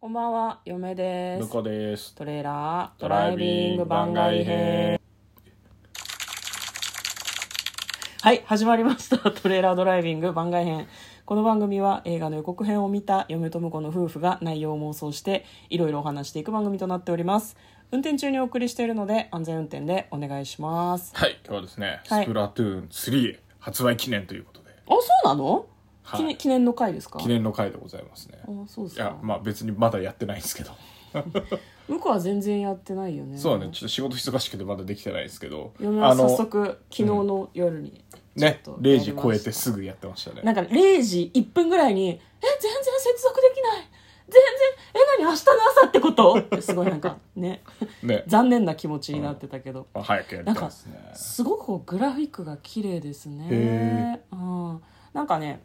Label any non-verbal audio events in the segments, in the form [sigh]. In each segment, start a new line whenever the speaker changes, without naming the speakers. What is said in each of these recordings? こんばんは、嫁で
向
す。
こうです。
トレーラード
ドラ
ラ
イ
イビ
ビ
ン
ン
グ
グ
番
番
外
外
編
編。
はい、始まりました。 [laughs] トレーラードライビング番外編。この番組は映画の予告編を見た嫁と婿の夫婦が内容を妄想していろいろお話していく番組となっております。運転中にお送りしているので安全運転でお願いします。あ、
はい、今日はですね、
はい
スプラトゥーン3発売記念ということで、
そうなの、
はい
記念記念の回ですか
記念の回でございますね。
あ、そうで
い
す
や
か、。
まあ別にまだやってないんですけど。
向こうは全然やってないよね。
そうだね、ちょっと仕事忙しくてまだできてないですけど、
嫁は早速昨日の夜にちょっ
ね、
とやりました、
0時超えてすぐやってました
な
ね。
んか0時1分ぐらいに「え全然接続できない全然え何明日の朝ってこと?」ってすごいなんかね
ね、
残念な気持ちになってたけど、
まあ早くやりたいですね。
すごくこうグラフィックが綺麗ですね
へ、
うん、なんかね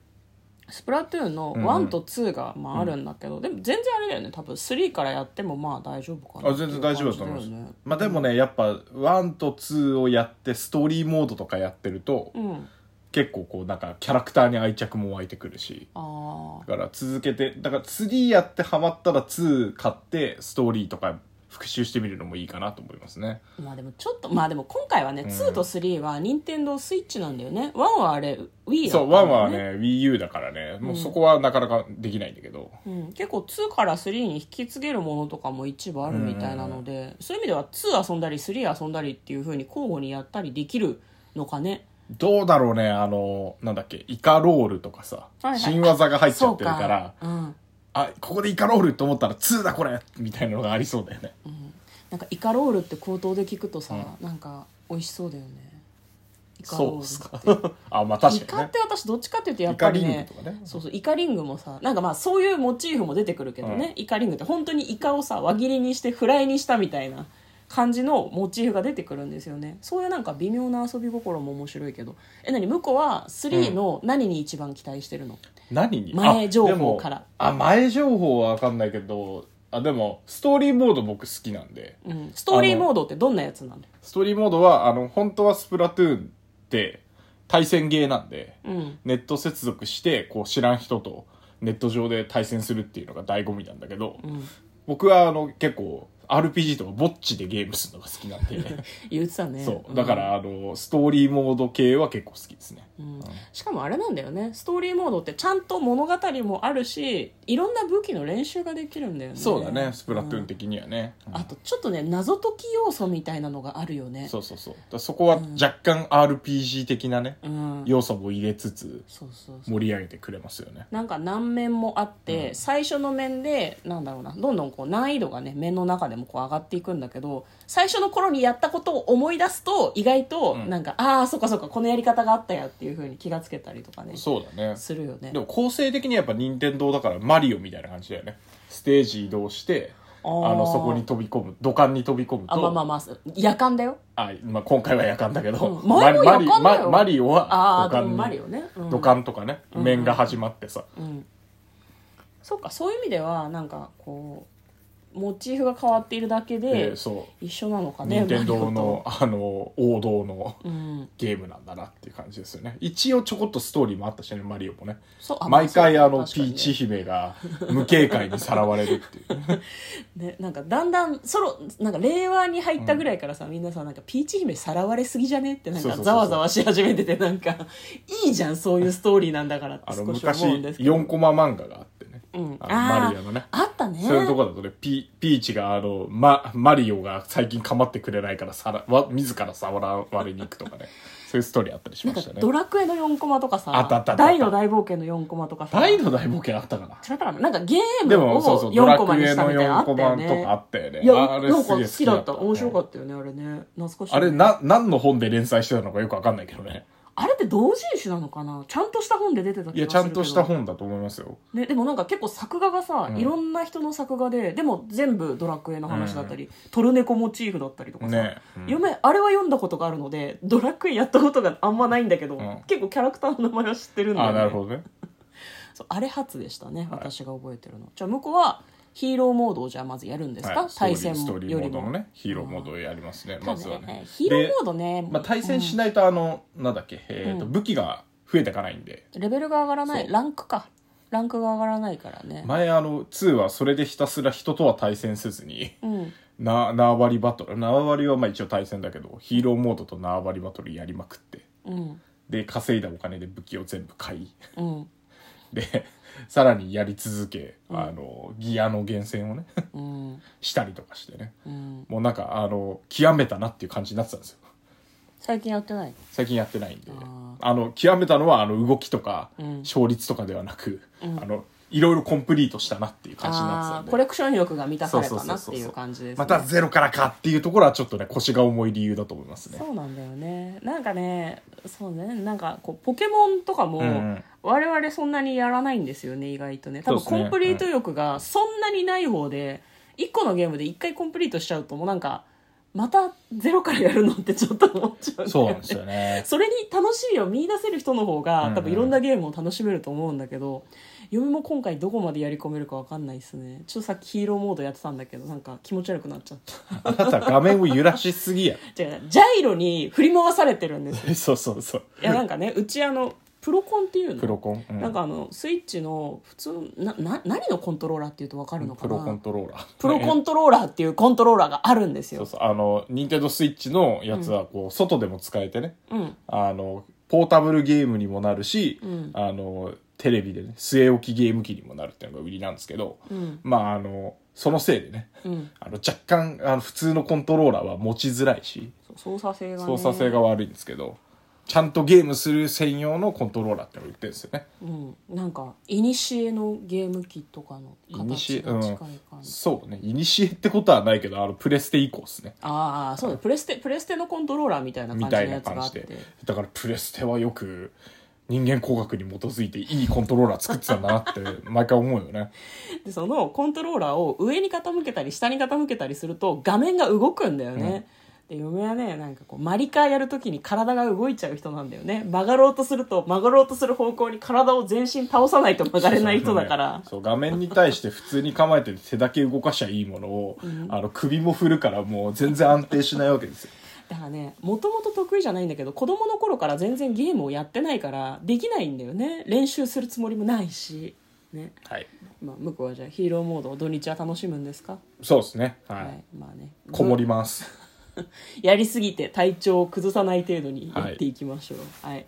スプラトゥーンの
うん
1と2がまああるんだけど、でも全然あれだよね多分3からやってもまあ大丈夫かな
あ全然大丈夫だと思います
っていう感じだよね
まあでもね、やっぱ1と2をやって、ストーリーモードとかやってると、
うん
結構こうなんかキャラクターに愛着も湧いてくるし、
ああ
だから続けてだから3やってハマったら2買ってストーリーとか復習してみるのもいいかなと思いますね
まあでもちょっとまあでも今回はね、
うん
2と3は任天堂スイッチなんだよね1はあれ Wii だった
そ
ん
う
だ
1
よ
はね WiiU だからねもうそこはなかなかできないんだけど、
うん、結構2から3に引き継げるものとかも一部あるみたいなので、そういう意味では2遊んだり3遊んだりっていうふうに交互にやったりできるのかね
どうだろうねあのなんだっけイカロールとかさ、
はいはい
新技が入っちゃってるから
そうかうん
あここでイカロールと思ったら2だこれみたいなのがありそうだよね
なんかイカロールって口頭で聞くとさ、なんか美味しそうだよねイカロール
そうっすか [laughs] あまあ確
イ
か
カ
に
っ
ね
て私どっちかっていうとやっ
イカ
ぱ
リ
り
ング
ね
とかね
そうそうイカリングもさなんかまあそういうモチーフも出てくるけどね、
うん
イカリングって本当にイカをさ輪切りにしてフライにしたみたいな感じのモチーフが出てくるんですよねそういうなんか微妙な遊び心も面白いけどえ何向こうは3の何に一番期待してるの、
何に
前情報
あでも
から
あ前情報は分かんないけどあでもストーリーモード僕好きなんで
うんストーリーモードってどんなやつなの
ストーリーモードはあの本当はスプラトゥーンって対戦ゲーなんで
うん
ネット接続してこう知らん人とネット上で対戦するっていうのが醍醐味なんだけど、
うん
僕はあの結構 RPG とかぼっちでゲームするのが好きなんで、
言ってた [laughs] ね
そうだからあのストーリーモード系は結構好きですね、
うんしかもあれなんだよねストーリーモードってちゃんと物語もあるしいろんな武器の練習ができるんだよね
そうだねスプラトゥー
う
ン
ん
的にはね、うん
あとちょっとね謎解き要素みたいなのがあるよね
そうそうそうだからそこは若干 RPG 的なね、
うん
要素も入れつつ
そうそうそう
盛り上げてくれますよね
なんか何面もあって、
うん
最初の面でなんだろうなどんどんこう難易度がね面の中でもこう上がっていくんだけど最初の頃にやったことを思い出すと意外と
うん
なんか、ああそっかそっかこのやり方があったやっていう風に気がつけたりとかね
そうだね
するよね
でも構成的にはやっぱ任天堂だからマリオみたいな感じだよねステージ移動して
あ
あ
ー
のそこに飛び込む土管に飛び込むと
あまあまあまあ夜間だよ
あまあ今回はやかんだけど、
うん前も
マリ
やかんだよ
マリマリオ
あ
は
あ
土
でもマ
管
リ
に
オね、うん
土管とかね、
うん
面が始まってさ、
うん、そうかそういう意味ではなんかこうモチーフが変わっているだけ
え
で
ーそ
一緒なのか
う
ね
任天堂
マリ
の
オ
あの王道の
とうん
ゲームなんだなっていう感じですよね一応ちょこっとストーリーもあったしねマリオもね
そうあ
毎回
ま
あ
そう
の
確か
ピ
にね
ーチ姫が無警戒にさらわれるっていう
ねなんかだんだんソロなんか令和に入ったぐらいからさ、みんなさなんかピーチ姫さらわれすぎじゃねってなん
そう
か
そう
ざ
そうそう
わざわし始めててなんかいいじゃんそういうストーリーなんだからって
あの
[laughs] 少し
昔
思うんですけど
4コマ漫画があってね、
うん
あの
あー
マリアのね
あったね
そういうとこだとねピピーチがあの、ま、マリオが最近構ってくれないからさらわ自ら触られに行くとかね [laughs] そういうストーリーあったりし
な
ま
んか
したね
ドラクエの4コマとかさ
あったあったあった
大の大冒険の4コマとかさ
大の大冒険あったかな
違ったかななんかゲー
で
ム
もそうそ
を
うド
4
ラ
コマ
ク
に
エ
した
の
みたいなのあ
4
った
コ
よ
マ
ね
とかあったよね
いや、
あれ
なん
す
か
げえ
好きだった。
ね
面白かったよね、あれね。懐かしい。
あれ、な何の本で連載してたのかよくわかんないけどね
あれって同人誌なのかなちゃんとした本で出てた気がする
い
けど。
やちゃんとした。本だと思いますよ
ね、でもなんか結構作画がさ、
うん
いろんな人の作画で、でも全部ドラクエの話だったり、トルネコモチーフだったりとかさ。
ね、うん
嫁、あれは読んだことがあるので、ドラクエやったことがあんまないんだけど、
ん
結構キャラクターの名前は知ってるんだよ、
あ
ね。
なるほどね
そうあれ初でしたね、私が覚えてるの。じゃあ向こうは、ヒーローモードをじゃあまずやるんですか、
はい
対戦
ストーリー
よ
ストーリ
り
ーモード
も。
もねヒーローモードをやりますね、まずは
ただ
ね
ヒーロー
で
モードね、
まあ、対戦しないとあの、なんだっけ、えーと
う
武器が増えていかないんで
レベルが上がらない
そう
ランクかランクが上がらないからね、
前あの2はそれでひたすら人とは対戦せずに [laughs]
うん
な縄張りバトル縄張りはまあ一応対戦だけどヒーローモードと縄張りバトルやりまくって
うん
で稼いだお金で武器を全部買い [laughs]
うん
でさらにやり続け、あのギアの厳選をね [laughs]
うん
したりとかしてね
うん
もうなんかあの極めたなっていう感じになってたんですよ
最近やってない
最近やってないんで
あ
あの極めたのはあの動きとか、
うん
勝率とかではなく、
うん
あのいろいろコンプリートしたなっていう感じになってた
あ
ん
ー
で
コレクション欲が満たされ
そう
た
そうそ
な
う
って
そう
いう感じです、ね、
またゼロからかっていうところはちょっとね腰が重い理由だと思いますね
そうなんだよねなんかねそうねなんかこうポケモンとかも、
うん
我々そんなにやらないんですよね意外とね多分
そう
コ
ですね
ンプリート欲がそんなにない方で、一1個のゲームで1回コンプリートしちゃうともうなんかまたゼロからやるのってちょっと思っちゃうんだよね
そうなんですよね
それに楽しみを見出せる人の方
うん
が
うん
多分いろんなゲームを楽しめると思うんだけど、嫁も今回どこまでやり込めるかわかんないですねちょっとさっきヒーローモードやってたんだけどなんか気持ち悪くなっちゃっ
あなた画面を揺らしすぎや
た違うジャイロに振り回されてるんですよ
[laughs] そうそうそう
いやなんかねうちあのプロコンっていうの
プロコン、う
なんかあのスイッチの普通なな何のコントローラーっていうと分かるのか
プ
な
ロコントローラー
プロコントローラーっていうコントローラーがあるんです
[laughs] そう
よ。
そうあの任天堂スイッチのやつはこう外でも使えてね
うん、
あのポータブルゲームにもなるし、
うん
あのテレビでね据え置きゲーム機にもなるっていうのが売りなんですけど、
うん、
まああのそのせいでね
うん、
あの若干あの普通のコントローラーは持ちづらいし
操操作性が、ね、
操作性が悪いんですけどちゃんとゲームする専用のコントローラーってのを売ってるんですよね
うん、なんかいにしえのゲーム機とかの形が近い感じ、
そうねいにしえってことはないけどあのプレステ以降ですね
ああそうだプレステプレステのコントローラーみたいな
み
感
た
じ
い
の
な
やつ
感
があっ
じ
て
でだからプレステはよく人間工学に基づいていいコントローラー作ってたんだなって毎回思うよね
でそのコントローラーを上に傾けたり下に傾けたりすると画面が動くんだよね、で嫁はねなんかこうマリカーやるときに体が動いちゃう人なんだよね曲がろうとすると曲がろうとする方向に体を全身倒さないと曲がれない人だから
そう画面に対して普通に構えて手だけ動かしゃいいものを、あの首も振るからもう全然安定しないわけですよ
だからねもともと得意じゃないんだけど子供の頃から全然ゲームをやってないからできないんだよね練習するつもりもないしね
はい
まあ向こうはじゃあヒーローモードを土日は楽しむんですか
そうですねはい、
まあね
こもります
やりすぎて体調を崩さない程度にやっていきましょう、はい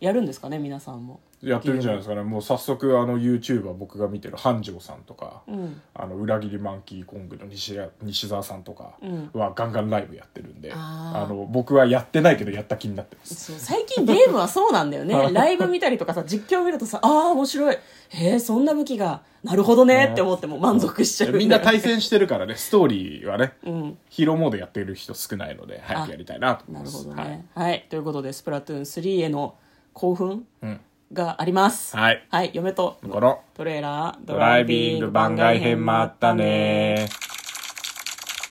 やるんですかね皆さんも
やってるんじゃないですかねもう早速あの YouTuber 僕が見てる繁盛さんとか、
うん
あの裏切りマンキーコングの西や西澤さんとか
うん
はガンガンライブやってるんで、
あー
あの僕はやってないけどやった気になって
[laughs]
ます
そう最近ゲームはそうなんだよねライブ見たりとかさ実況見るとさああ面白いへえそんな武器がなるほどねって思ってもう満足しちゃう
みんな
大
対戦してるからねストーリーはね、
[laughs] うん
ヒーローモードやってる人少ないので早くやりたいなと思
な
いま
るほ
す
どねはい、ということで「スプラトゥーン3」への興奮
はいうん
があります
はい
はい、嫁と
この
トレーラード
ドライビング番外編もあったね